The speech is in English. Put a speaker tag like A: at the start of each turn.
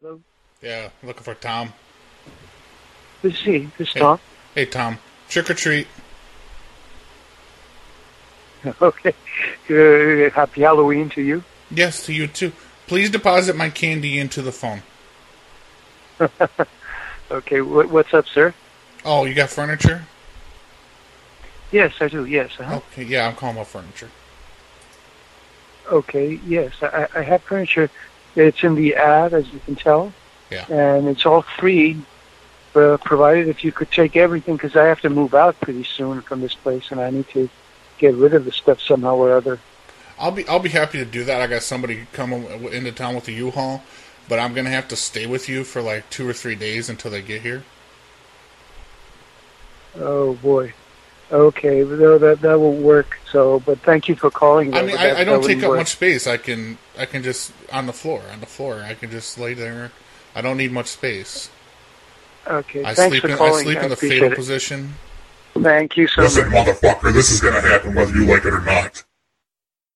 A: Hello?
B: Yeah, looking for Tom.
A: This is he. This is
B: Hey.
A: Tom.
B: Hey, Tom. Trick or treat.
A: Okay. Uh, happy Halloween to you.
B: Yes, to you too. Please deposit my candy into the phone.
A: Okay. What, what's up, sir?
B: Oh, you got furniture?
A: Yes, I do. Yes. Uh-huh.
B: Okay, yeah, I'm calling about furniture. Oh.
A: Okay. Yes, I, I have furniture. It's in the ad, as you can tell.
B: Yeah.
A: And it's all free, uh, provided if you could take everything, because I have to move out pretty soon from this place, and I need to get rid of the stuff somehow or other.
B: I'll be I'll be happy to do that. I got somebody coming w- into town with a U-Haul, but I'm gonna have to stay with you for like two or three days until they get here.
A: Oh boy. Okay. No, that that won't work. So, but thank you for calling.
B: I
A: though,
B: mean,
A: but
B: I,
A: that-
B: I
A: that
B: don't
A: wouldn't
B: take up
A: work.
B: much space. I can I can just on the floor on the floor. I can just lay there. I don't need much space.
A: Okay.
B: I
A: thanks
B: sleep
A: for
B: in, I
A: calling.
B: sleep in the
A: appreciate
B: fetal
A: it.
B: position.
A: Thank you so much.
C: Listen, motherfucker, this is gonna happen whether you like it or not.